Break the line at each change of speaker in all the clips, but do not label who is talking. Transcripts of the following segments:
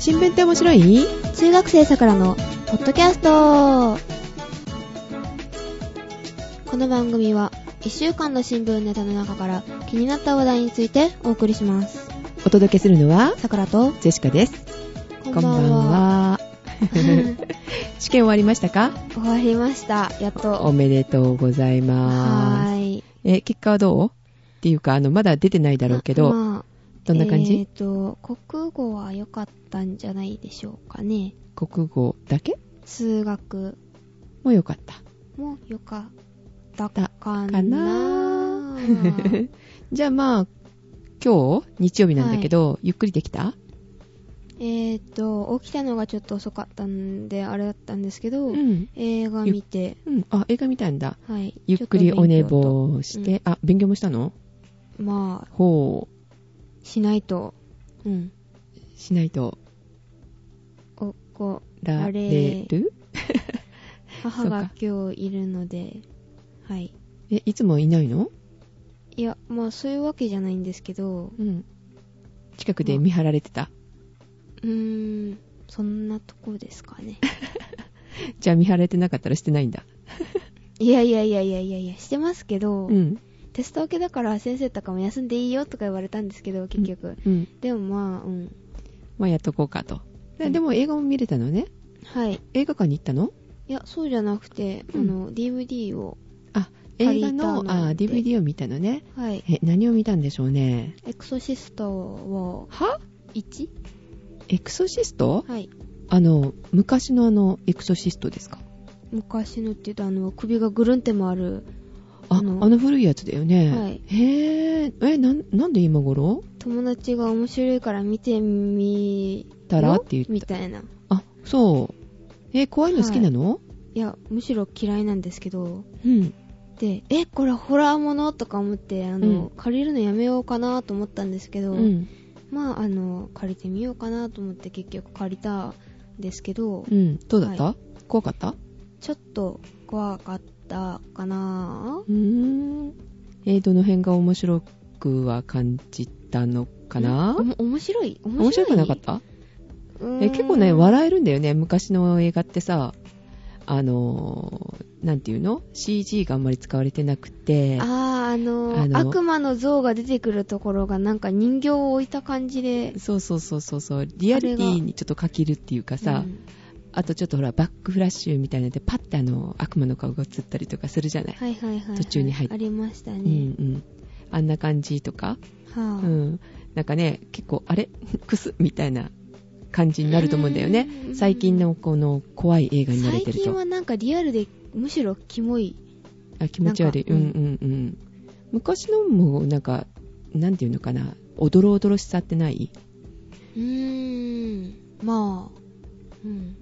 新聞って面白い
中学生さくらのポッドキャストこの番組は1週間の新聞ネタの中から気になった話題についてお送りします
お届けするのは、
さくらと
ジェシカです。
こ
こんばんは。試験終わりましたか
終わりましたやっ
お
と
めでとうござい
は
ます。
ーい
え、結果はどうっていうか、あの、まだ出てないだろうけど、
まあ
どんな感
えっ、
じ、
と国語は良かったんじゃないでしょうかね
国語だけ
数学
もうよかった。
も良かった
だ
かな
かな じゃあまあ、今日、日曜日なんだけど、ゆっくりできた
えっ、と起きたのがちょっと遅かったんであれだったんですけど、
うん。
映画見て
うん。あ、映画見たんだ。
はい
ゆっくりお寝
ちょっと勉強
坊して、あ、勉強もしたの
とまあ
ほ
しないとうん
う。しないと、
怒
ら
あ
れ
れ
る
母が今日いるのではい
え、いつもいないの
いやまあそういうわけじゃないんですけど
うん。近くで見張られてた。
うーんそんなとこですかね
じゃあ見張られてなかったらしてないんだ。
いやいやいやいやいやいやしてますけど、
うん。
テスト明けだから先生とかも休んでいいよとか言われたんですけど結局、
うん。
でもまあうん
まあやっとこうかと。
うん
でも映画も見れたのね。
はい
映画館に行ったの
いやそうじゃなくて、
うん
あの DVD を
あ、
借
映
りた
画の
の
あ
で
DVD を見たのね。
はい
え、何を見たんでしょうね。
エクソシストを
は
1?
エクソシスト
はい
あの、昔のあの、エクソシストですか
昔のって言うとあの首がぐるんって回る
あ、あ
あの
の古いやつだよね。
はい
へぇー。え、なん、なんで今頃
友達が面白いから見てみ
たら
よ
って言った
みたいな
あ、そう。え、怖いの好きなの、
いやむしろ嫌いなんですけど
うん。
でえこれホラーものとか思ってあの、
うん
借りるのやめようかなと思ったんですけ
う
ど、
ん。
まああの借りてみようかなと思って結局借りたんですけど、
うん。どうだった、
は
怖かった
ちょっと怖かったかな
うーん。えー、どの辺が面白くは感じたのかな
おも面白い面白い
面白くなかった
うーん
え、結構ね、笑えるんだよね。昔の映画ってさ、あのー、なんていうの ?CG があんまり使われてなくて。
あーあのー
あの
悪魔の像が出てくるところがなんか人形を置いた感じで
そうそうそうそうそう。リアリティにちょっと欠けるっていうかさ、
うん
あとちょっとほら、バックフラッシュみたいなので、パッてあの、悪魔の顔が映ったりとかするじゃない、
はいはいはいはい
途中に入って
ありました
うん
ね、
うん。あんな感じとか、う
はあ、
ん。なんかね、結構、あれ くすみたいな感じになると思うんだよね
う。ん
最近のこの怖い映画に慣れ
最
てる
近
と。
はなんかリアルでむしろキモい
あ気持ち悪い。う
なんん
う
か
んうん。昔のも、なんか、なんていうのかな、おどろおどろしさってないう
ーんまあうん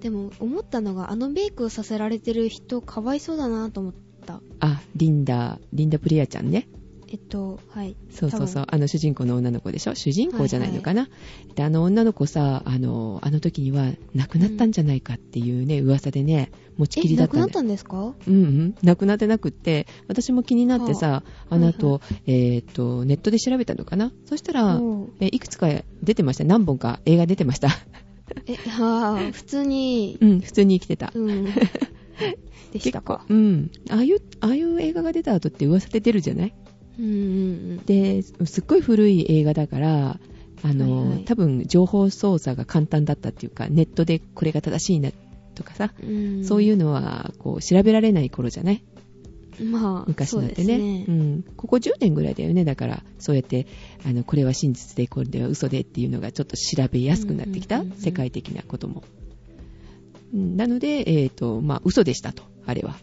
でも思ったのがあのメイクをさせられてる人かわいそうだなと思った
あ、リンダ、リンダプリアちゃんね。
えっとはい
そうそうそうう。あの主人公の女の子でしょ主人公じゃないのかな、で、あの女の子さ、あの、あの時には亡くなったんじゃないかっていうね、噂でね、持ちき
え
りだ
亡
っ
く
た
なん
だ
っ
よ
たんですか
うんうん。亡くなってなくって、私も気になってさ、あの後、えーっと、ネットで調べたのかなそしたら、
おう
えいくつか出てました。何本か映画出てました。
えはあ普通に
うん、 普通に生きてた。
うんでしたか
結構うん。ああいう、ああいう映画が出た後って噂で出るじゃない
うんうん
で、すっごい古い映画だから、あの、
はいはい
多分情報操作が簡単だったっていうか、ネットでこれが正しいなとかさ、
うんうん
そういうのは、こう、調べられない頃じゃない
まあ
昔なんて
そう
ね
です
う、ん。ここ10年ぐらいだよね。だから、そうやって、あの、これは真実で、これは嘘でっていうのがちょっと調べやすくなってきた、
うんうんうんうん
世界的なことも。うんなので、えっ、と、まあ、嘘でしたと、あれは。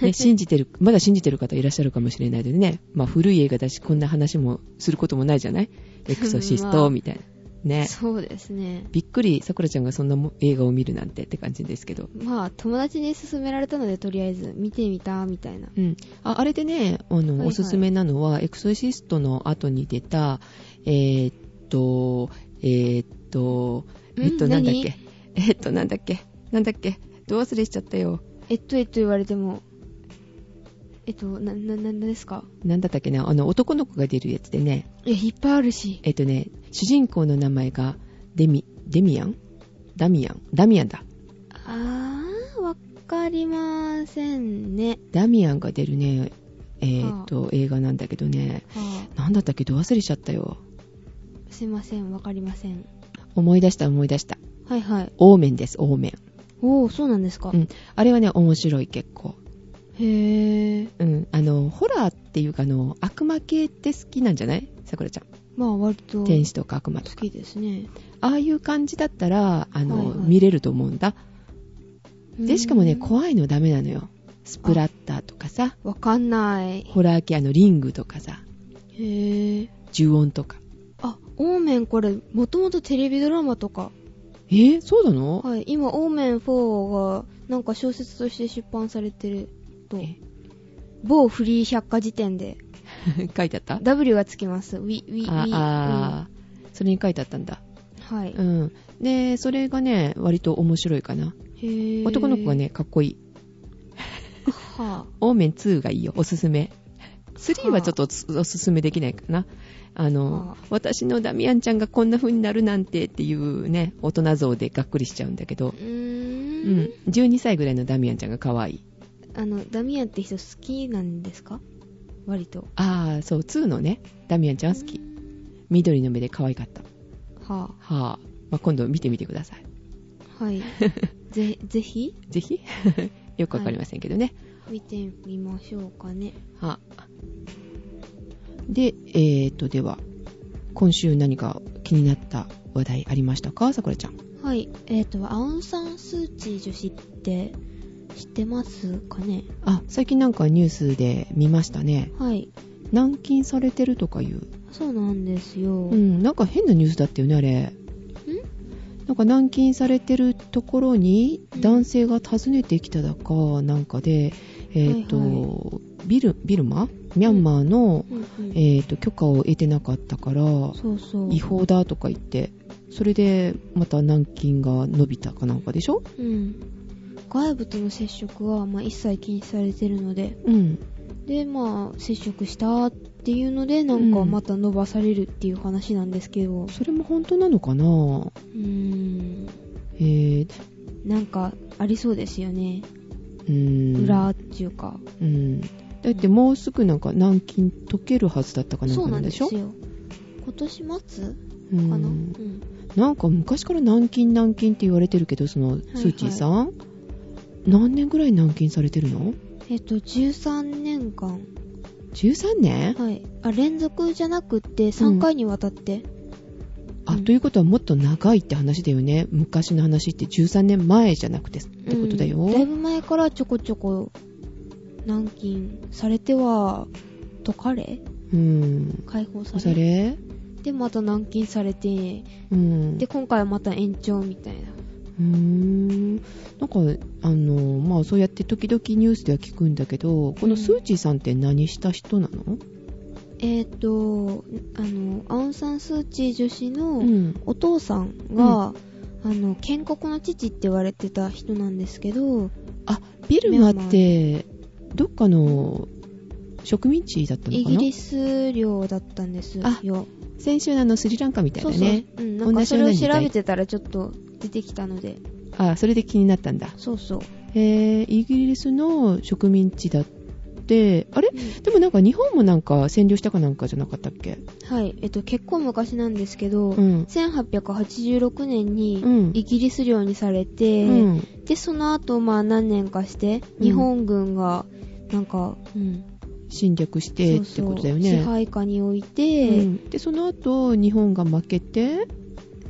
ね、 信じてる、まだ信じてる方いらっしゃるかもしれないのでね、まあ、古い映画だし、こんな話もすることもないじゃ ないエクソシス
ま
ト、
あ
みたいな。ね。
そうですね
びっくり、さくらちゃんがそんなも映画を見るなんてって感じですけど。
まあ友達に勧められたのでとりあえず見てみたみたいな
うん、ああれでねあの、
いはい
おすすめなのは、エクソシストの後に出た、えーっと、えーっと、
ん
えっと、なんだっ
何
け、 えーっと、なんだっけ、なんだっけ、どう忘れしちゃったよ。
えっとえっと言われてもえっとなななんですか
なんだったっけな、あの、男の子が出るやつでね、
いやいっぱいあるし
えーっとね、主人公の名前が、デミ、デミアンダミアン、ダミアンだ。
あー、わかりませんね。
ダミアンが出るね、えーっと、映画なんだけどね、
は
なんだったっけど忘れちゃったよ。
あ、すいません、わかりません。
思い出した思い出した。
はいはい。
オーメンです、オーメン。
おー、そうなんですか。
うん。あれはね、面白い結構。
へー。
うん。あの、ホラーっていうか、あの、悪魔系って好きなんじゃないさくらちゃん。
まあ、割と
天
好
使とか悪魔とか。
きですね。
ああいう感じだったら、あの、
はいはい
見れると思うんだ。
う
で、
ん
しかもね、怖いのダメなのよ。スプラッターとかさ、
わかんない。
ホラー系、あの、リングとかさ、
へー。
呪音とか。
あ、オーメンこれ、もともとテレビドラマとか。
えー、そうなの、
はい、今、オーメン4が、なんか小説として出版されてると。某フリー百科事典で、
え 書いてあったあ
W がつきます。ウィ、ウィ、ウィ。
あー、それに書いてあったんだ。
うんはい。
うん。で、それがね、割と面白いかな。
へー
男の子が。ね、かっこいい。
は
オーメン2がいいよ、おすすめ。3はちょっとおすおすすめできないかな。あの、
はあ
私のダミアンちゃんがこんな風になるなんてっていうね、大人像でがっくりしちゃうんだけ
あ。
ど
う、ー。
うんん、12歳ぐらいのダミアンちゃんが可愛い。
あの、ダミアンって人好きなんですか割と。
ああ、そう、2のね、ダミアンちゃん好き
う。ん
緑の目で可愛かった。
は
はあ、まあ、今度見てみてください。
あ。はい。ぜ、ぜひ、
ぜひ、 よくわかりませんけどね。
見てみましょうかね。
はで、えーと、では、今週何か気になった話題ありましたかさくらちゃん。
はい。えっ、と、アウンサン・スー・チー女子って知ってますかね
あ、最近なんかニュースで見ましたね。
はい。
軟禁されてるとかいう。
そうなんですよ。
う
うん
ん、なんか変なニュースだったよね、あれ。なんか軟禁されてるところに
うん
男性が訪ねてきただかなんかで、えーと、
はい
ビル、ビルマミャンマーの、
うんうん
えーと、許可を得てなかったから、
そうそう。
違法だとか言ってそれでまた軟禁が伸びたかなんかでしょ
うん。外部との接触は、まあ、一切禁止されてるので、
うん
で、まあ、接触したっていうので、なん
う
か
ん
また伸ばされるっていう話なんですけど、う
それも本当なのかな
ーん、
えー、
なんかありそうですよね。
うーん
裏っていうか。
うんだってもうすぐなんか軟禁解けるはずだったかなん
そ
か
う
な
なんん
で
で
しょ
すよ。今年末か
うん
な、うん、
なんか昔から軟禁軟禁って言われてるけどその
い
スーチーさん、何年ぐらい軟禁されてるの
えっと、13年間。
?13 年、
はい。あ、連続じゃなくって、3回にわたって。
あ、ということはもっと長いって話だよね。昔の話って13年前じゃなくてってことだよ。
うんだいぶ前からちょこちょこ軟禁されては解かれ
うん。
解放さ
そ
れ
れ
でまた軟禁されて
うん。
で今回はまた延長みたいな
うーん。なんか、あの、まあ、そうやって時々ニュースでは聞くんだけど、このスーチーさんって何した人なの
えっ、とあのアウン・サン・スー・チー女子
う
の
ん。
お父さんが、あの建国の父って言われてた人なんですけど
あ、ビルマって、どっかの植民地だったの
イ
かな
ギリス領だったんですよ
あ先週のあのスリランカみたい
そ
な
う
ね。
そう、うん、なんかそれ
同
を
じような時
調
代
べてたらちょっと出てきたので
あ、それで気になったんだ。
そうそう、
へーイギリスの植民地だって、あれ
うん
でもなんか日本もなんか占領したかなんかじゃなかったっけ
はい、えっと、結構昔なんですけど、
うん。
1886年
う
に
ん
イギリス領にされ
う
て、
ん。
で、その後、まあ何年かして、
うん
日本軍が、なんか、うん、
侵略してってことだよね。
支配下に置いて、
うんでその後日本が負けて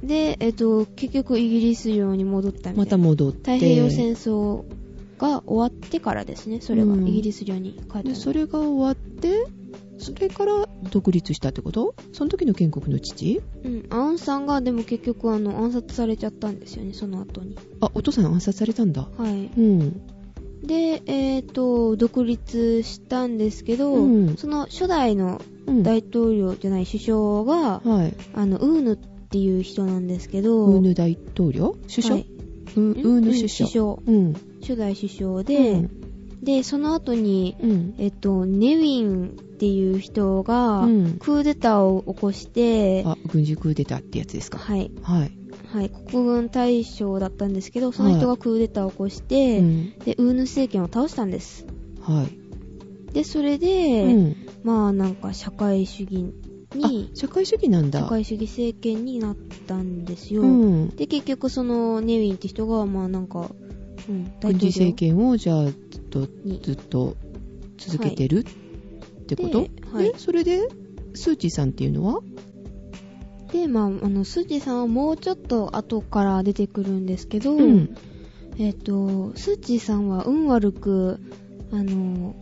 で、えっと、結局イギリス領に戻ったみたいな。
また戻って
太平洋戦争が終わってからですね、それが、
うん
イギリス領に帰った
で
の。
それが終わってそれから独立したってことその時の建国の父
うん、アウンさんが、でも結局、あの、暗殺されちゃったんですよね、その後に。
あお父さん暗殺されたんだ
はい。
うん
で、えっ、と、独立したんですけど、
うん
その初代の
うん
大統領じゃない首相が、
はい
あの、ウーヌっていう人なんですけど、
ウーヌ大統領首相、
はい
ウウーヌ首
首
相
相、
うん
初代首相で、
うん
で、その後に、
うん
えっ、と、ネウィンっていう人が、
うん
クーデターを起こして、
あ軍事クーデターってやつですか
はい。
はい
はい、国軍大将だったんですけどその人がクーデターを起こして、
うん
でウーヌ政権を倒したんです
はい。
でそれで、
うん
まあなんか社会主義
あ
に、
社会主義なんだ。
社会主義政権になったんですよ、
うん。
で結局そのネウィンって人がまあなんか、うん、大
軍
統
事
領
政権を、じゃあ、ずっと、
に
ずっと続けてる、ってこと
ではい
えそれで、スーチーさんっていうのは
でまああのスー・チーさんはもうちょっと後から出てくるんですけど、
うん。
えっ、とスー・チーさんは運悪くあの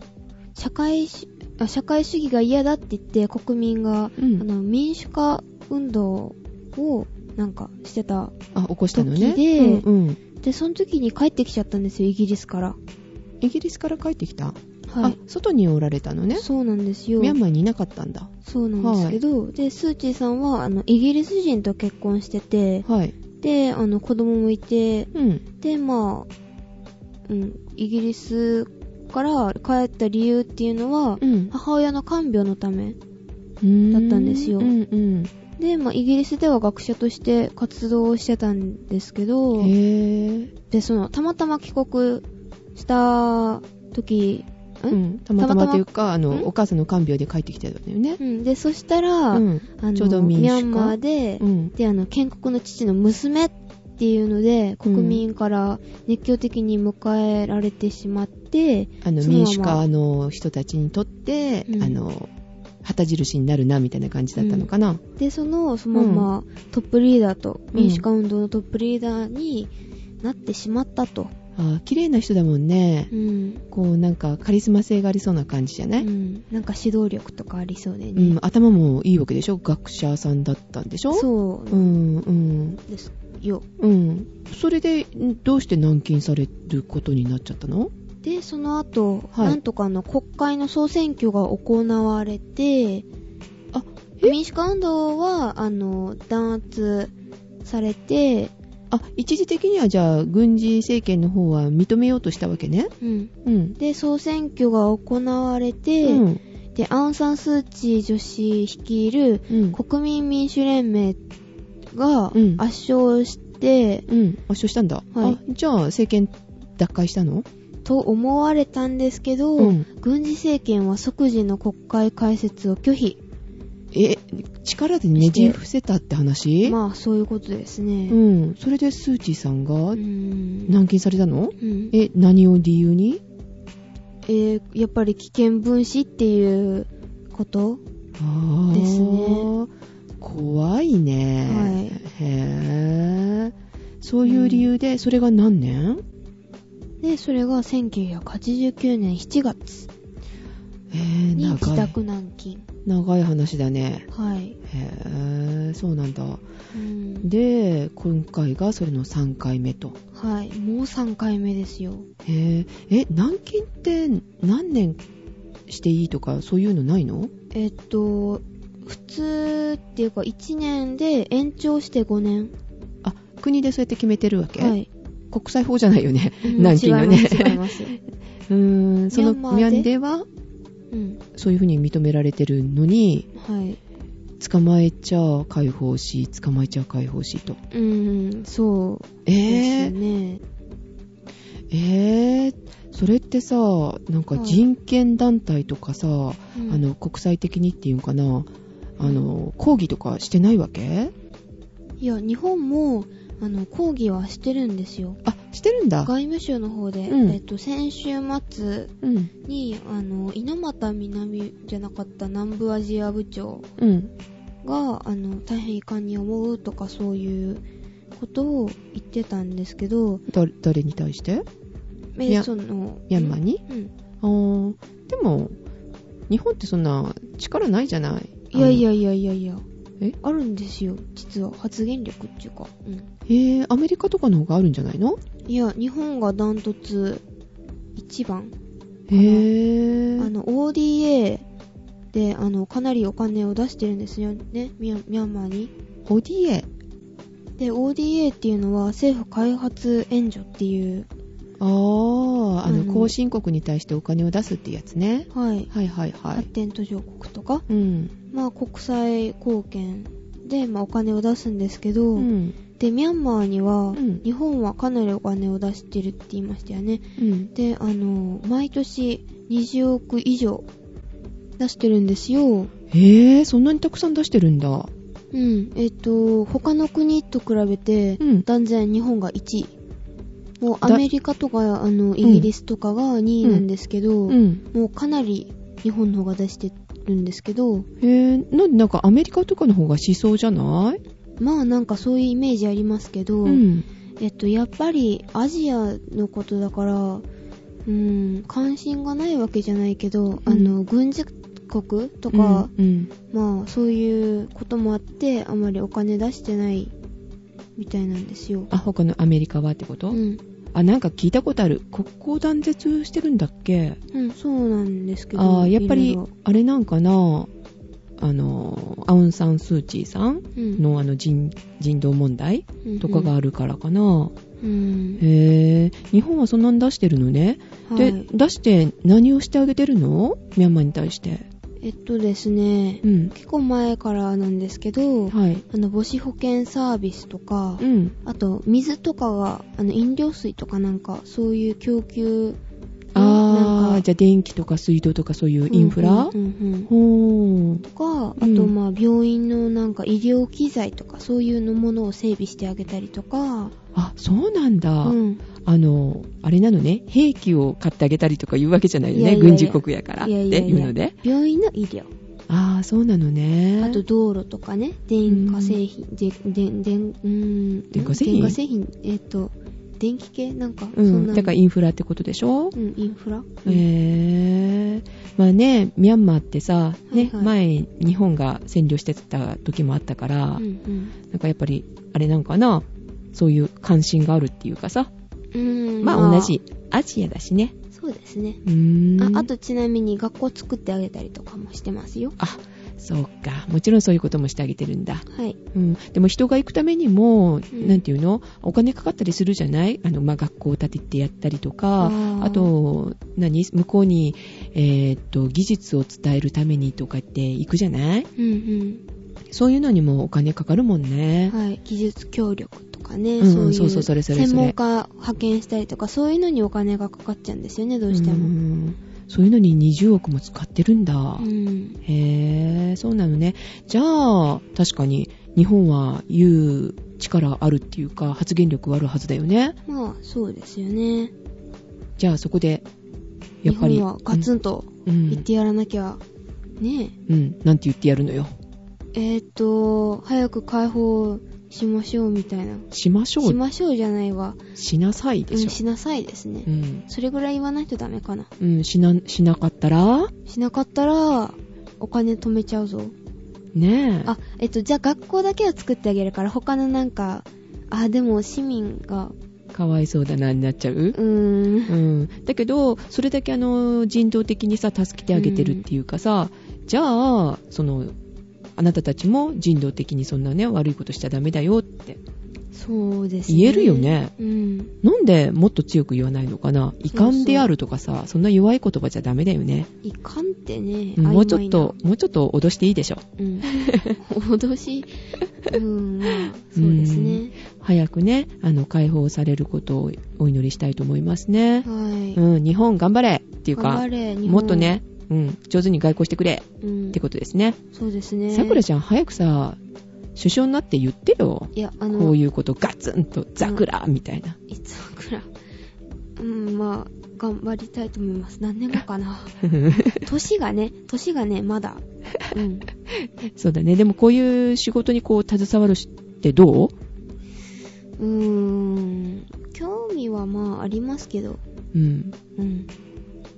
社会主あ社会主義が嫌だって言って国民が、
うん
あの民主化運動をなんかしてた
あ、起こしたのね。
時で
うんうん。
でその時に帰ってきちゃったんですよイギリスから
イギリスから帰ってきた、
はい
あ外におられたのね
そうなんですよ
ミャンマーにいなかったんだ
そうなんですけど、でスー・チーさんはあのイギリス人と結婚してて
はい
であの子供もいて
うん
でまあ、うん、イギリスから帰った理由っていうのは、
うん
母親の看病のた
だ
めだったんですよ
うんうん
で、まあ、イギリスでは学者として活動をしてたんですけど
へー
でそのたまたま帰国した時ん
うんたまたまというかあ
ん
のお母さんの看病で帰ってきてたんだよね
うん、でそしたら、
うん
あの
ちょうど民主
ミ
化
ャンマーで、
うん
であの建国の父の娘っていうので国民から熱狂的に迎えられてしまって、
あの
そのまま
民主化の人たちにとって、
うん
あの旗印になるなみたいな感じだったのかな、
でそのそのまま、トップリーダーと民主化運動のトップリーダーになってしまったと、
あー綺麗な人だもんね
う、ん
こうなんかカリスマ性がありそうな感じじゃ
う
ない、うん
ん、なんか指導力とかありそうでね、
頭もいいわけでしょ学者さんだったんでしょ
そううん
うん
ですよ、
うん、それでんどうして軟禁されることになっちゃったの
でその後、
はい
なんとかの国会の総選挙が行われて
あえ
民主化運動はあの弾圧されて、
あ一時的にはじゃあ軍事政権の方は認めようとしたわけね
うん、
うん
で総選挙が行われて、
うん
でアウン・サン・スー・チー女子率いる
うん
国民民主連盟が
うん
圧勝して、
うん圧勝したんだ、
はい
あじゃあ政権奪回したの
と思われたんですけど、
うん
軍事政権は即時の国会開設を拒否
え力でねじ伏せたって話、
まあそういうことですね、
うんそれでスー・チーさん
う
が
ん
軟禁されたの、
うんえ
え何を理由に
ーやっぱり危険分子っていうこと
あー
ですね
怖いね、
は
へえそういう理由で、それが何年
でそれが1989年7月
へえ
に自
長い
宅軟禁
長い話だね
はい、
へえそうなんだ
うん、
で今回がそれの3回目と
はいもう3回目ですよ
へええ軟禁って何年していいとかそういうのないの
えっと普通っていうか1年で延長して5年
あ国でそうやって決めてるわけ、
はい
国際法じゃないよね
うん
軟禁のね
違います違 いま す
うーんその
ミ
ミ
ャンマーで
ャンでは
うん
そういうふうに認められてるのに
はい
捕まえちゃ解放し捕まえちゃ解放しと
うんそうです
えー、
ね、
えー、それってさなんか
はい
人権団体とかさ、
うん
あの国際的にっていうんかなあの抗議とかしてないわけ
いや日本もあの抗議はしてるんですよ
あしてるんだ
外務省の方で、
うん
えっと、先週末
うん
にあの猪俣南じゃなかった南部アジア部長
うん
があの大変遺憾に思うとかそういうことを言ってたんですけど、
だ誰に対して
え
ミャ
その
ミャンマーに
うん、
あーでも日本ってそんな力ないじゃない
いやい
や
やいやいやいや
え
あるんですよ実は発言力っていうか、うん、
えー、アメリカとかの方があるんじゃないの
いや日本がダントツ1番
へえ
あの ODA であのかなりお金を出してるんですよねミャンミャンマーに
ODA
で ODA っていうのは政府開発援助っていう
あーあ
あの
の後進国に対してお金を出すってやつね
はい
はいはいはい
発展途上国とか、
うん
まあ、国際貢献で、まあ、お金を出すんですけど、
うん
でミャンマーには、
うん
日本はかなりお金を出してるって言いましたよね
うん。
であの毎年20億以上出してるんですよ
へえ、そんなにたくさん出してるんだ。
うんえっ、と他の国と比べて
うん。
断然日本が1位もうア
だ
メリカとかあのイギリスとかが2位なんですけど、
うん。
もうかなり日本の方が出してるんですけど
へえ、なんでなんかアメリカとかの方がしそうじゃない
まあなんかそういうイメージありますけど、
うん。
えっとやっぱりアジアのことだからうん関心がないわけじゃないけど、あの軍事国とか、
うん。
まあそういうこともあってあまりお金出してないみたいなんですよ。
あ、他のアメリカはってこと、
うん、
あ、なんか聞いたことある。国交断絶してるんだっけ
うん、そうなんですけど。
あーやっぱ
い
り
ろいろ、
あれなんかな、あの、アウン・サン・スー・チーさん
うん
のあの人人道問題とかがあるからかな。
うん、
へえ、日本はそんなん出してるのね。
うんは
で、
い、
出して何をしてあげてるのミャンマーに対して。
えっとですね、
うん。
結構前からなんですけど、
はい。
あの母子保健サービスとか、
うん。
あと水とかがあの飲料水とかなんかそういう供給
あー、じゃ
ゃ
あ電気とか水道とかそういうインフラ、
うんうんうん
ほー。
とかあと
うん
まあ病院のなんか医療機材とかそういうのものを整備してあげたりとか、
あ、そうなんだ。
うん、
あの、あれなのね、兵器を買ってあげたりとか言うわけじゃないよね、
いやいやいや
軍事国やからって
いやいやいや
いうので。
病院の医療
ああ、そうなのね。
あと道路とかね電化製品、でででんうーん
電化製品
電化製品えっ、と電気系なんか、
う
そ
ん、
んな
だからインフラってことでしょ、
うん、インフラ、
へえまあね、ミャンマーってさ、ね、
はいはい
前、日本が占領してた時もあったから、
うんうん
なんかやっぱり、あれなんかな、そういう関心があるっていうかさ、
うん
まあ同じアジアだしね。
そうですね
うーん
ああとちなみに学校作ってあげたりとかもしてますよ
あ、そうか。もちろんそういうこともしてあげてるんだ。
はい
うん、でも人が行くためにも、
ん
なんていうのお金かかったりするじゃないあの、まあ、学校を建ててやったりとか
あー
あと何向こうに、えーっと技術を伝えるためにとかって行くじゃない
うん
そういうのにもお金かかるもん
う
ね
ん、はい技術協力とかね、
うんうん
そういう
そうそうそれそれそれ
専門家派遣したりとかそういうのにお金がかかっちゃうんですよねどうして
う
も
んそういうのに20億も使ってるんだ、
うん、
へえそうなのねじゃあ確かに日本は言う力あるっていうか発言力はあるはずだよね
まあそうですよね
じゃあそこでや
日
っぱり
本はガツンと
うん
言ってやらなきゃ、ね
うん、なんて言ってやるのよ。
ええー、っと早く解放しましょうみたいな
しましょ
し
う、
ましょうじゃないわ、
しなさいうで
ん、
しょ。
しなさいですね、
うん、
それぐらい言わないとダメかな
うん、しな、しなかったら、
しなかったらお金止めちゃうぞ
ねえ。
あえっとじゃあ学校だけは作ってあげるから他のなんかあでも市民が
かわいそうだな、になっちゃ
う
う。
ーん
うん、だけど、それだけあの、人道的にさ、助けてあげてるっていうかさ、じゃあ、その、あなたたちも人道的にそんなね、悪いことしちゃダメだよって。
そうです
言えるよね。
うん
なんでもっと強く言わないのかな遺憾であるとかさ、そんな弱い言葉じゃダメだよね。
いかんってね、
うん
曖昧な
もうちょっと、、もうちょっと脅していいでしょ。
うん 脅しうんまあそうですね
早くね、あの、解放されることをお祈りしたいと思いますね。
はい、
うん、日本頑張れっていう
頑
か
張、れ日本
もっとね、うん、上手に外交してくれ
うん
ってことですね。
そうですね
さくらちゃん、早くさ、首相になって言ってよ。
いやあの
こういうことガツンと、ザクラみたいな。
いつくらうんまあ頑張りたいと思います何年後 かな年がね年がねまだうん
そうだね。でもこういう仕事にこう、携わるしってどう
うーん興味はまあありますけど、
うん。
うん、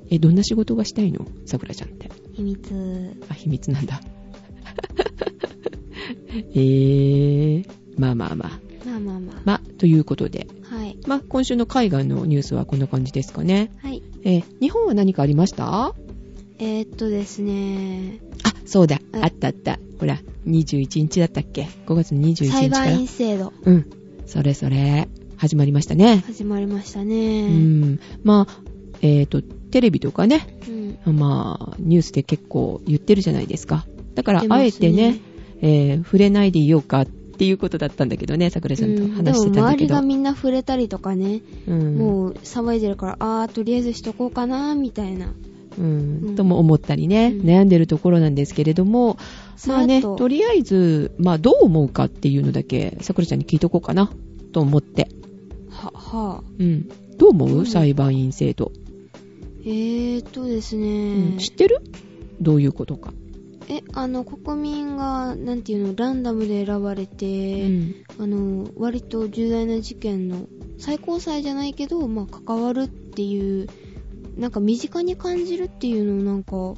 え、どんな仕事がしたいのさくらちゃんって。
秘密
あ、秘密なんだ。 えー、まあまあまあ。
まあまあまあ、
まあ、ということで。
はい
まあ、今週の海外のニュースはこんな感じですかね。
はい
えー日本は何かありましたあ、
えー、っとですね
そうだ。
え
あったあった。ほら、21日だったっけ ?5 月の21日から。
裁判員制度
うん。それそれ。始まりましたね。
始まりました
う
ね
ん。まあ、えっ、と、テレビとかね、
うん、
まあ、ニュースで結構言ってるじゃないですか。だから、
出
あ
ま
え
すね
てね、えー触れないでいようかっっていうことだったんだけどね、桜井さんと話して
でも
たんだ
周
け
り
ど。
がみんな触れたりとかね、
うん
もう騒いでるからあーとりあえずしとこうかなみたいな
うん
うん
とも思ったりね、
うん
悩んでるところなんですけれども、まあね、
さらっと
とりあえず、まあどう思うかっていうのだけ、さくらちゃんに聞いとこうかな、と思って。
ははあ
うん。どう思う、
うん
裁判員制度、
えーとですね、
うん知ってるどういうことか。
えあの国民がなんていうのランダムで選ばれて、
うん
あの割と重大な事件の最高裁じゃないけど、まあ、関わるっていうなんか身近に感じるっていうのをなんか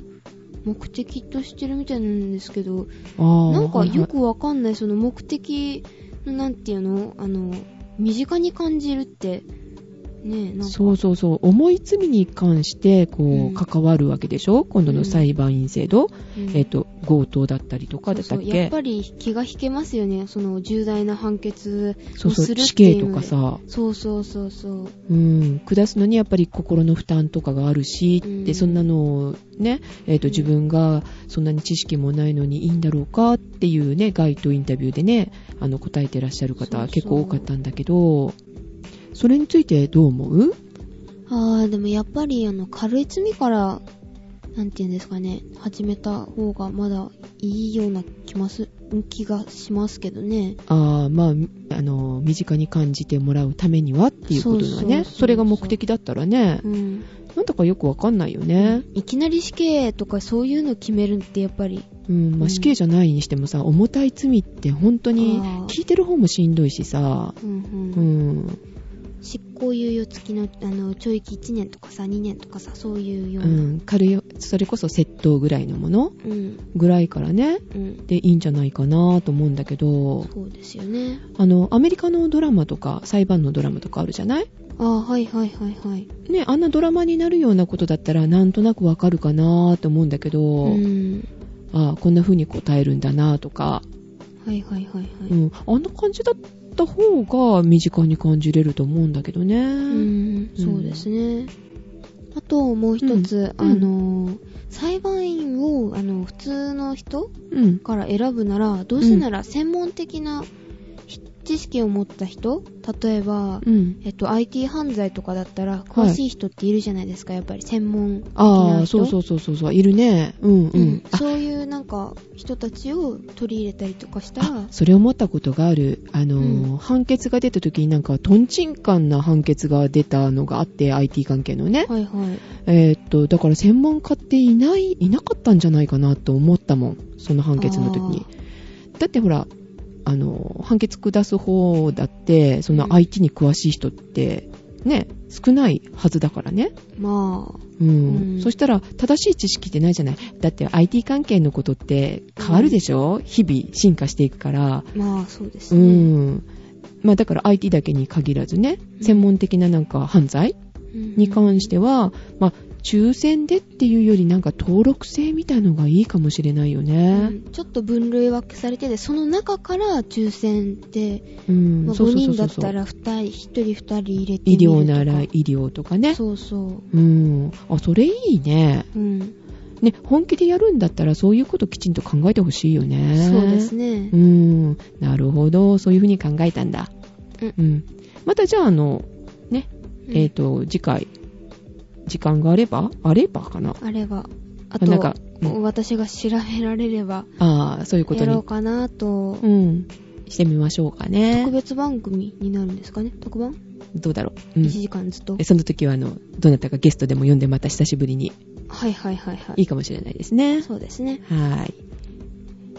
目的としてるみたいなんですけど
あー
なんか
はいはい
よくわかんないその目的のなんていうのあの身近に感じるってねえなんか
そうそうそう重い罪に関してこう、
うん
関わるわけでしょ今度の裁判員制度、
うん
えっと強盗だったりとかだったっ
そうそうや
け
っぱり気が引けますよねその重大な判決
そうそう
するっ
死
てい
刑
う
と
の
か
で
さ、
そうそうそうそう
うん、下すのにやっぱり心の負担とかがあるし、
うん
でそんなのをね、えっと
うん
自分がそんなに知識もないのにいいんだろうかっていうね街頭インタビューでねあの答えてらっしゃる
そう
方
そう
結構多かったんだけどそれについてどう思う
あーでもやっぱりあの軽い罪からなんていうんですかね始めた方がまだいいような気ます気がしますけどね
あーまあ、あの身近に感じてもらうためにはっていうことだね
そ
そう
そうそう
れが目的だったらね、
うん
なんだかよくわかんないよね、
いきなり死刑とかそういうの決めるってやっぱり
うんま
う
あ、
ん
死刑じゃないにしてもさ重たい罪って本当に
あー
聞いてる方もしんどいしさ
うんうん
うん、
執行猶予付きのあの懲役1年とかさ2年とかさそういうよ
う
うな、
ん、軽いよそれこそ窃盗ぐらいのもの
うん
ぐらいからね
うん、
でいいんじゃないかなと思うんだけど
そうですよね
あのアメリカのドラマとか裁判のドラマとかあるじゃない
ああはいはいはいはい
ね、あんなドラマになるようなことだったらなんとなくわかるかなと思うんだけど、
うん
ああこんな風に答えるんだなとか、
はいはいはいはい、
うん、あんな感じだった方が身近に感じれると思うんだけどね、
うん
うん
そうですね。あともう一つ、
うん
あのー裁判員をあの普通の人
うん
から選ぶならどうせなら専門的なひ知識を持った人例えば、
うん、
えっと、IT 犯罪とかだったら詳しい人っているじゃないですか、やっぱり専門的
あ
な
あ
人
そうそうそうそうそういるねうんうん、
うん
あ
そういうなんか人たちを取り入れたりとかしたら
あそれ思ったことがある、あのー
う
判決が出た時になんかトンチンカンな判決が出たのがあって IT 関係のね、
はいはい
えーっとだから専門家っていないいなかったんじゃないかなと思ったもんその判決の時にだってほらあの判決下す方だってそ
うん
の IT に詳しい人ってね少ないはずだからね、
まあ
うん
うん
そしたら正しい知識ってないじゃないだって IT 関係のことって変わるでしょ、日々進化していくから
まあそうです
う
ね、
んまあだから IT だけに限らずね
うん
専門的ななんか犯罪
うん
に関しては、まあ抽選でっていうよりなんか登録制みたいのがいいかもしれないよ
う
ね。
んちょっと分類分けされててその中から抽選って、
うん、
まあ、
そう
5
そうそ
人
うそ
だ
う
ったら2人1人2人入れて
医
みるとか
療なら医療とかね。
そうそう
うん。あ、それいいね。
うん、
ね、本気でやるんだったらそういうこときちんと考えてほしいよね。
そうです。ね
うん。なるほど。そういうふうに考えたんだ。
うん
またじゃあ、あの、
うん
えっ、と、次回、時間があればあればかな。
あればあ
あ
と
なんか、うん
私が調べられれば
ああ、そういうこと
やろう
に、
かなと、
うん、してみましょうか
特
ね。
別番組になるんですかね特番、
どうだろう。う
?1
ん。
時間ずっと
えその時は、あの、どなたかゲストでも呼んでまた久しぶりに
はいはいはいはい
いいかもしれないですね。
そうですね
は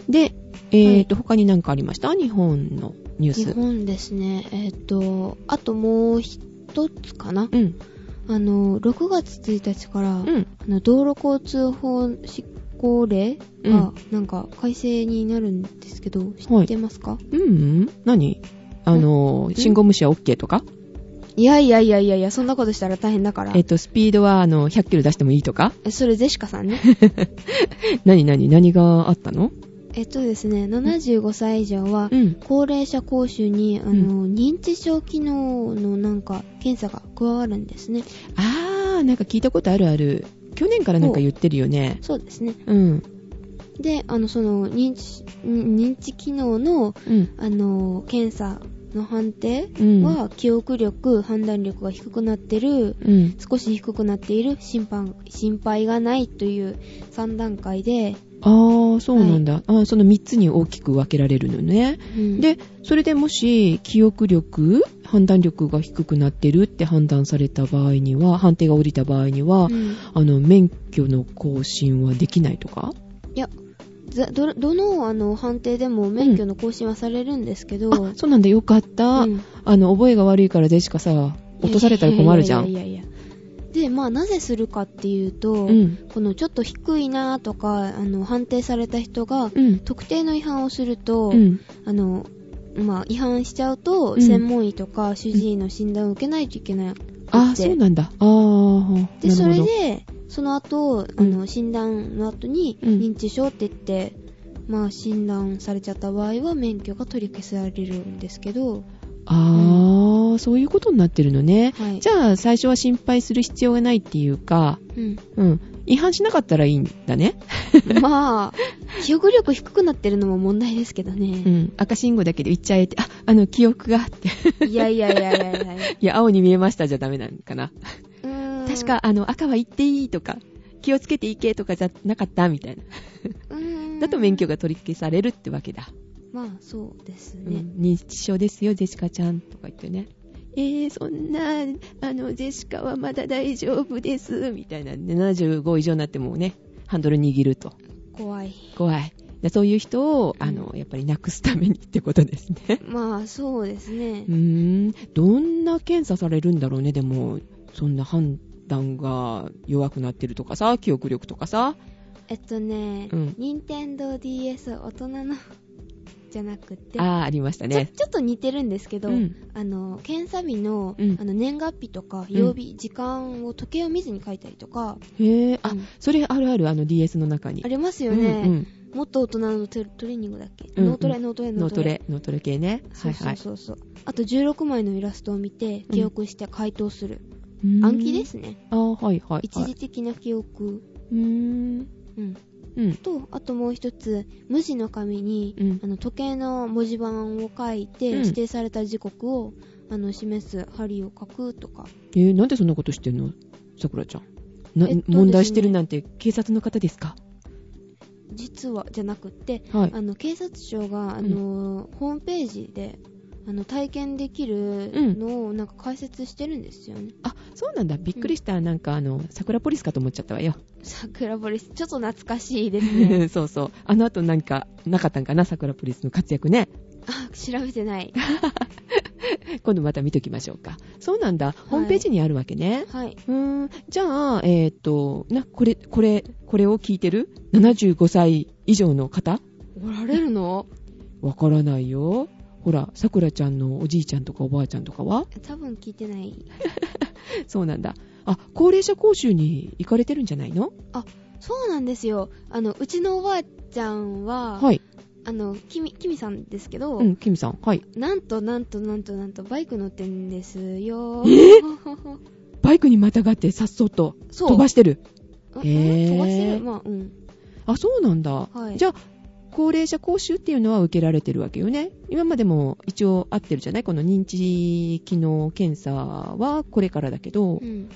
い。で、えっ、と、他に何かありました日本のニュ
日
ース。
本ですねえっ、とあともう一つかな
うん。
あの6月1日から、
うん。
あの道路交通法執行令が、なんか改正になるんですけど、知ってますか、
うん、うん。何あのー、信号無視は OK とか、
い、やいやいやいやいや、そんなことしたら大変だから
えっ、。と、スピードは、あの、100キロ出してもいいとか
えそれゼシカさん ね。
何何何があったの
えっとですね、75歳以上は
う、ん。
高齢者講習に、あの、認知症機能のなんか検査が加わるんですね。
あー、なんか聞いたことあるある。去年からなんか言ってるよね。
そうですね。
うん。
で、あの、その、認知、認知機能の、
うん。
あの、検査の判定
うん
は、記憶力、判断力が低くなってる、
うん。
少し低くなっている、心配、心配がないという3段階で、
ああ、そうなんだ。あーその3つに大きく分けられるのね。
うん
で、それでもし、記憶力、判断力が低くなってるって判断された場合には、判定が下りた場合には、
うん
あの、免許の更新はできないとか
いや、ざどどのあの判定でも免許の更新はされるんですけど、
あ、そうなんだ、よかった。
うん
あの、覚えが悪いからでしかさ、落とされたら困るじゃ
い
ん。
やいやいやいやいやで、まあ、なぜするかっていうと、
うん。
このちょっと低いなとかあの判定された人が
うん。
特定の違反をすると、
うん。
あのまあ、違反しちゃうと、
うん
専門医とか主治医の診断を受けないといけない。
あ
っ
あ、
て
そうなんだ。ああ、な
で、そ
る
れ
ほど。
で、その後、あの、診断の後に、
うん
認知症って言って、まあ、診断されちゃった場合は、免許が取り消されるんですけど、
ああ、そういうことになってるのね。
はい。
じゃあ、最初は心配する必要がないっていうか、
うん。
うん。違反しなかったらいいんだね。
まあ、記憶力低くなってるのも問題ですけど
う
ね。
ん。赤信号だけで言っちゃえって、あ、あの、記憶がって。
いやいやいやいやいや。
いや、青に見えましたじゃダメなのかな。
うーん
確。か、あの、赤は行っていいとか、気をつけて行けとかじゃなかったみたいな。
うーん
だと免許。が取り消されるってわけだ。
まあ、そうです
うん
ね。
認知症ですよ、ジェシカちゃんとか言ってね。えー、そんな、あの、ジェシカはまだ大丈夫です、みたいな。75以上になってもね、ハンドル握ると。
怖い。
怖い。でそういう人を、あの、やっぱりなくすためにってことですね。
まあ、そうですね
う。ーん、どんな検査されるんだろうね、でも、そんな判断が弱くなってるとかさ、記憶力とかさ。
えっとね、
うん
任天堂 d s 大人の、じゃなくて、
ああ、ありました
ちょ
ね。
ちょっと似てるんですけど、
うん
あの検査日の,、
うん
あの年月日とか曜日、時間を時計を見ずに書いたりとか
へえ、あ、
うん
それあるある、あの DS の中に。
ありますよ
うんう
ね、
ん
もっと大人のトレトレーニングだっけ、
うんうん
脳トレ脳トレ
脳
脳
ト
トレ
レ、脳トレ系ね。
そう
は
そ
いうは
そうそう、あと16枚のイラストを見て記憶して回答する、
い。。
暗記ですすね、
あーはいはい、はい。
一時的な記憶、
うーん。
うん、
うん。
とあともう一つ無地の紙に、
うん
あの時計の文字盤を書いて、
うん
指定された時刻をあの示す針を書くとか
えー、なんでそんなことしてんのさくらちゃん。な、
えっとですね
問題してるなんて警察の方ですか
実はじゃなくって
はい。
あの警察庁が、あのホームページであの体験できるのをなんか解説してるんですよね、
あ、そうなんだ。びっくりした。なんかあの、桜ポリスかと思っちゃったわよ。
桜堀ちょっと懐かしいで すね
そうそう。あの後なんか、なかったんかな桜ポリスの活躍ね。
あ調べて ない
今度また見ときましょうか。そうなんだ。ホームページにあるわけね。
はい、
うーんじゃあ、えっ、と、な、これ、これ、これを聞いてる ?75 歳以上の方
おられるの
わからないよ。ほら、さくらちゃんのおじいちゃんとかおばあちゃんとかは
多分聞いてない
そうなんだ。あ、高齢者講習に行かれてるんじゃないの
そうなんですよあのうちのおばあちゃんは、
はい。
あのきみきみさんですけど、
うん、キムさん。はい。
なんとなんとなんとなんとバイク乗ってんですよ
えバイクにまたがってさっそうと
そう
飛ばしてる。
あ
へー
飛ばしてるまあうん
あ、そうなんだ。
はい
じゃあ、高齢者講習っていうのは受けられてるわけよね。今までも一応合ってるじゃないこの認知機能検査はこれからだけど
う。ん、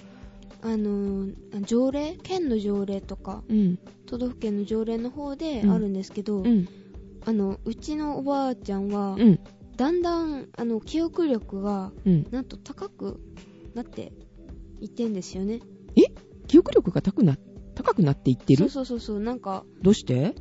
あのー条例県の条例とか
うん。
都道府県の条例の方で
うん
あるんですけど、
うん。
あのうちのおばあちゃんは、
うん。
だんだんあの記憶力が
うん。
なんと高くなっていってんですよね
記憶力が高くな高くなっていって
そ
る
うそうそうそうなんか
どうして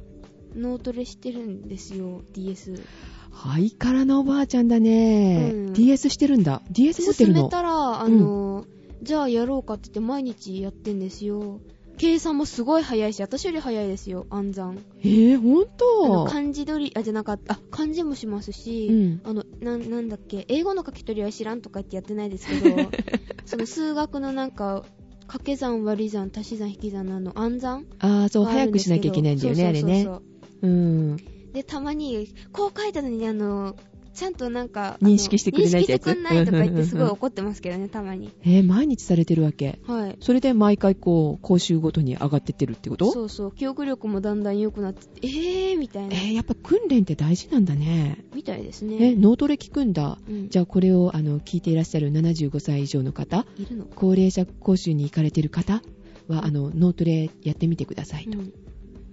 脳トレしてるんですよ DS
ハイカラなおばあちゃんだね、
うん
DS してるんだ DS 持ってる
進め
の
たらあのー、じゃあやろうかって言って毎日やってんですよ計算もすごい早いし私より早いですよ暗算
えー、ほん
あの
と
漢字取りあじゃなかったあ漢字もしますし、
うん
あのななんだっけ英語の書き取りは知らんとか言ってやってないですけど その数学のなんか掛け算割り算足し算引き算のあの暗算
ああそう
があ
早
るん
く
です
しなき
けど
ゃいけないんだよねあれ
そうそう
ね
そうそ
う
う
ん
でたまにこう書いたのにあのちゃんとなんか、あの
認識してくれないってやつ
認識してくんないとか言ってすごい怒ってますけどね、たまに。
えー毎日されてるわけ。
はい。
それで毎回こう、講習ごとに上がってってるってこと
そうそう、記憶力もだんだん良くなってて、えーみたい
え
な、
ーやっぱ訓練って大事なんだね。
みたいです
え、
ね。
脳トレ聞くんだ。
うん
じゃあこれをあの聞いていらっしゃる75歳以上の方、
いるのか。
高齢者講習に行かれてる方は、あの、脳トレやってみてくださいと。
うん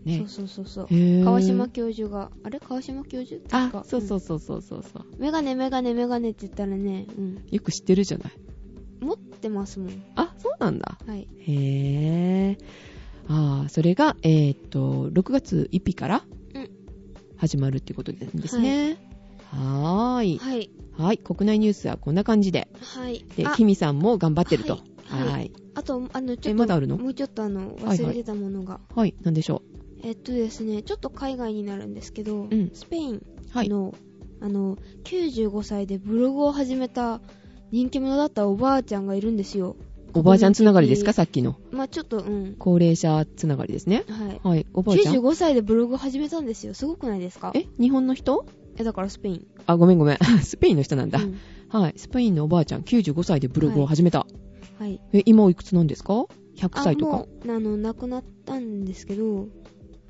ね。
そうそうそうそう。
へー
川島教授が、あれ川島教授確
あ
か、
そうそううそうそうそうそう。
ん。メガネメガネメガネって言ったらね、うん。
よく知ってるじゃない。
持ってますもん。
あ、そうなんだ。
はい。
へー。あーそれが、えーっと、6月1日から
うん
始まるっていうことですね。はーい。
はい。
はい。国内ニュースはこんな感じで。
はい。
で
あ、
キミさんも頑張ってると。
は
はいい。
は
はい。
あと、あの、ちょっと、
えまだあるの
もうちょっとあの、
はい
忘れてたものが。
なんでしょ
えっとですね、ちょっと海外になるんですけど、
ん
スペイン
う。はい。
の、あの、95歳でブログを始めた人気者だったおばあちゃんがいるんですよ。
おばあちゃんつながりですかさっきの。
まあちょっと、うん。
高齢者つながりですね。
はい。
はい。おばあちゃん。
95歳でブログを始めたんですよ。すごくないですか
え日本の人
え、だからスペイン。
あ、ごめんごめ ん。スペインの人なんだ
う。ん
はい。スペインのおばあちゃん、95歳でブログを始めた。
はい。
え、今おいくつなんですか ?100
あ、
歳とか
も。う、あの、亡くなったんですけど、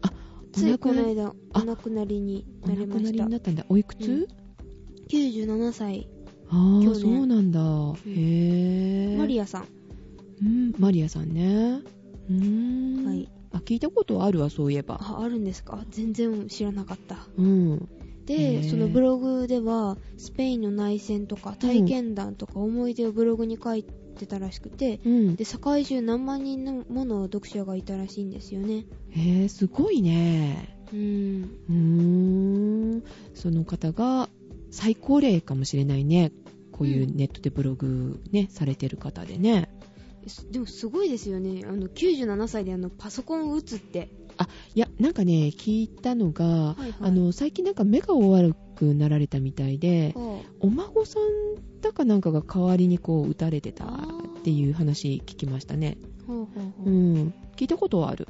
あ、
ついこの間、
あ
お亡くなりに
お
なり
亡
ま
くな
し
り
た
に。なったんだ。おいくつ、
うん97歳、
あ
去
あ、
年
そうなんだ。へえ。
マリ
ア。
アさん。
うん、マリアさんね。うーん。
はい。
あ、聞いたことあるわ、そういえば。
あ、あるんですか全然知らなかった。
うん。へ
で、
ー
そのブログでは、スペインの内戦とか体験談とか思い出をブログに書いてたらしくて、
うん。
で、世界中何万人のもの読者がいたらしいんですよね。
へえ、すごいね。
うーん。
うーん。その方が最高齢かもしれないね。こういうネットでブログね、されてる方でね。
すでもすごいですよね。あの、97歳であの、パソコンを打つって。
いや、なんかね、聞いたのが、
はいはい
あの、最近なんか目が悪くなられたみたいで、お孫さんだかなんかが代わりにこう打たれてたっていう話聞きましたね。
ほうほうほ
う
う。
ん。聞いたことはある。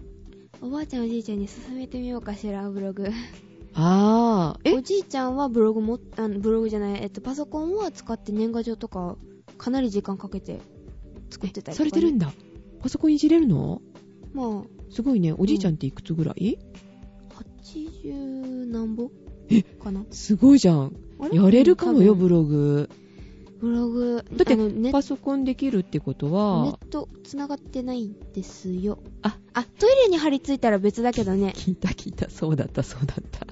おばあちゃんおじいちゃんに勧めてみようかしら、ブログ。
ああ、え
おじいちゃんはブログも、あのブログじゃない、えっと、パソコンを使って年賀状とか、かなり時間かけて作ってたりとか、
されてるんだ。パソコンいじれるの
まあ、
すごいね。おじいちゃんっていくつぐらい、
80何歩かな
すごいじゃん。
あ
やれるかもよ、
多
ブ
分
ログ。
ブログ。
だって
あのネ、ネ
パソコンできるってことは
ッ、ト繋がってないんですよ。
あ、
あ、トイレに張り付いたら別だけ どね。
聞いた聞いた。そうだった、そうだった。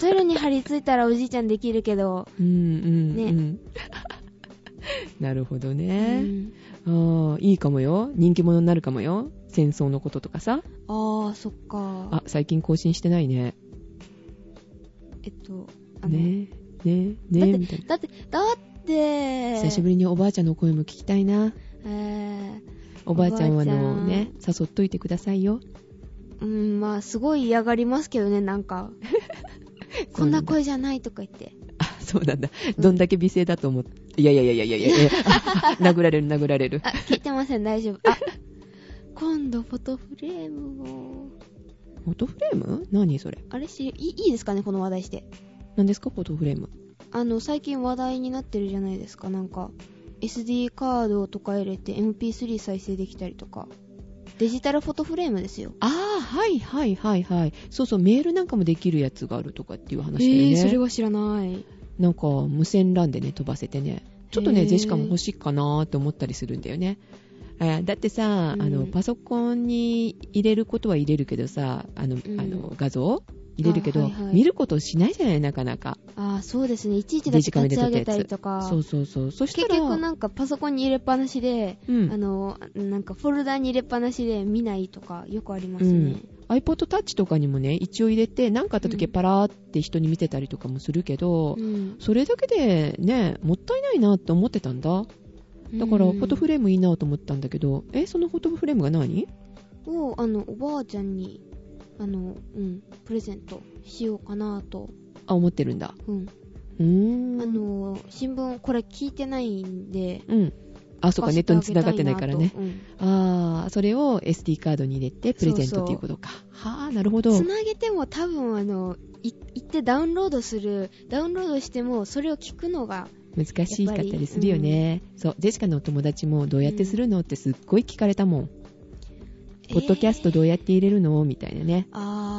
トイレに張り付いたらおじいちゃんできるけど。
うんうん
ね
うん。なるほど
う
ね。
ん
ああ、いいかもよ。人気者になるかもよ。戦争のこととかさ。
あー、そっか。
あ、最近更新してないね。
えっと、あの、
ねえ、ねえ、
だ
ねえ、
って
みたいな。
だって、だって、
久しぶりにおばあちゃんの声も聞きたいな。
えー、
おばあちゃんはあ
おばあちゃ
の
ん
ね、誘っといてくださいよ。
うん、まあ、すごい嫌がりますけどね、な んか。こんな声じゃないとか言って。
あ、そうなんだ。
うん
どんだけ美声だと思って。いやいやいやいやいや いやああ殴られる殴られる
あ。、聞いてません、大丈夫。あ、今度フォトフレームを。
フォトフレーム何それ。
あれし、いいいいですかね、この話題して。
何ですかフォトフレーム。
あの、最近話題になってるじゃないですか、なんか。SD カードとか入れて MP3 再生できたりとか。デジタルフォトフレームですよ。
ああ、はいはいはいはい。そうそう、メールなんかもできるやつがあるとかっていう話だよね。
それは知らない。
なんか無線 LAN でね飛ばせてねちょっと
へ
ね
ー
ジェシカも欲しいかなーって思ったりするんだよねあーだってさ、
うん
あのパソコンに入れることは入れるけどさあの、
ん
あの画像入れるけど、
あはいはい
見ることしないじゃないなかなか
ああ、そうですね。いちいちだ
デ
け
ジカ
立
メで撮
ち上
ったや
げたり
つ
とか。
そうそうそうそした
結
ら
局なんかパソコンに入れっぱなしで、
うん
あの、なんかフォルダに入れっぱなしで見ないとかよくありま
う
すね
ん。、iPod Touch とかにもね一応入れて何かあった時
う
は
ん
パラーって人に見てたりとかもするけど、
うん
それだけでねもったいないなって思ってたんだだからフォトフレームいいなと思ったんだけど、えそのフォトフレームが何
を、あの、おばあちゃんに、あの、うん、プレゼントしようかなと。
あ思ってるんだ
うん。
うーん
あの、新聞、これ聞いてないんで、
うんあ、そうか、ネットに繋がってないからね。
うん
ああ、それを SD カードに入れてプレゼントっていうことか。はあ、なるほど。
つなげても多分あのい行ってダウンロードするダウンロードしてもそれを聞くのが
難しかったりするよね。そう、ジェシカのお友達もどうやってするのってすっごい聞かれたもん。ポッドキャストどうやって入れるのみたいなね。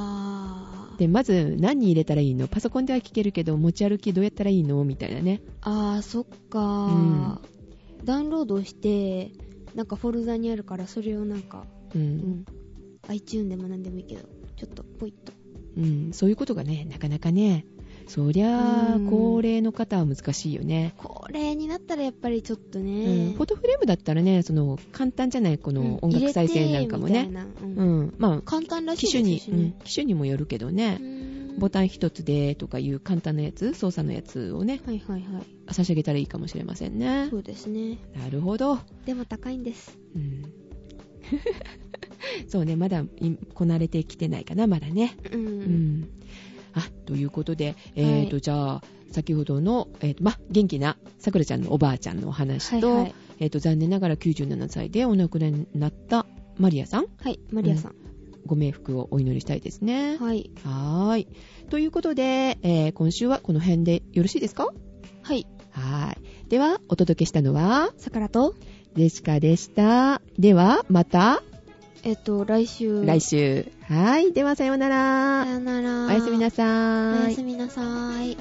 あー
で、まず何に入れたらいいのパソコンでは聞けるけど、持ち歩きどうやったらいいのみたいなね。
あーそっかー、ダウンロードしてなんかフォルダにあるからそれをなんか、
う。
うんん、iTune でもなんでもいいけどちょっとポイッと
うん。そういうことがね、なかなかね、そりゃあ
うん、
高齢の方は難しいよね。
これになったらやっぱりちょっとね、
うん。フォトフレームだったらね、その、簡単じゃない、この音楽再生なんかもね。
うん入れてみたいな
う
うん
ん。まあ、
簡単ら
機
しい
種
で
に
す、
うん機種にもよるけどね。ボタン一つでとかいう簡単なやつ、操作のやつをね、
ンはいはいはい
差し上げたらいいかもしれませんね
そ。うですね
なるほど。
でも高いんです
うん そうね、まだいこなれてきてないかな、まだね。
う、
うんん。あ、ということで、えーと、
は
じゃあ、先ほどの、えーと、ま、元気なさくらちゃんのおばあちゃんのお話と、
はいはい
えーと、残念ながら97歳でお亡くなりになったマリアさん、
はいマリアさん、
ご冥福をお祈りしたいですね。
はい
はーい。ということで、えー今週はこの辺でよろしいですか
はい
はーい。では、お届けしたのは、
さくらと
デシカでした。では、また、
えっと来週
来週。はーい。では、さような
さ
ら。
よなら
おやすみなさ
お
ーい
やす。みなさーい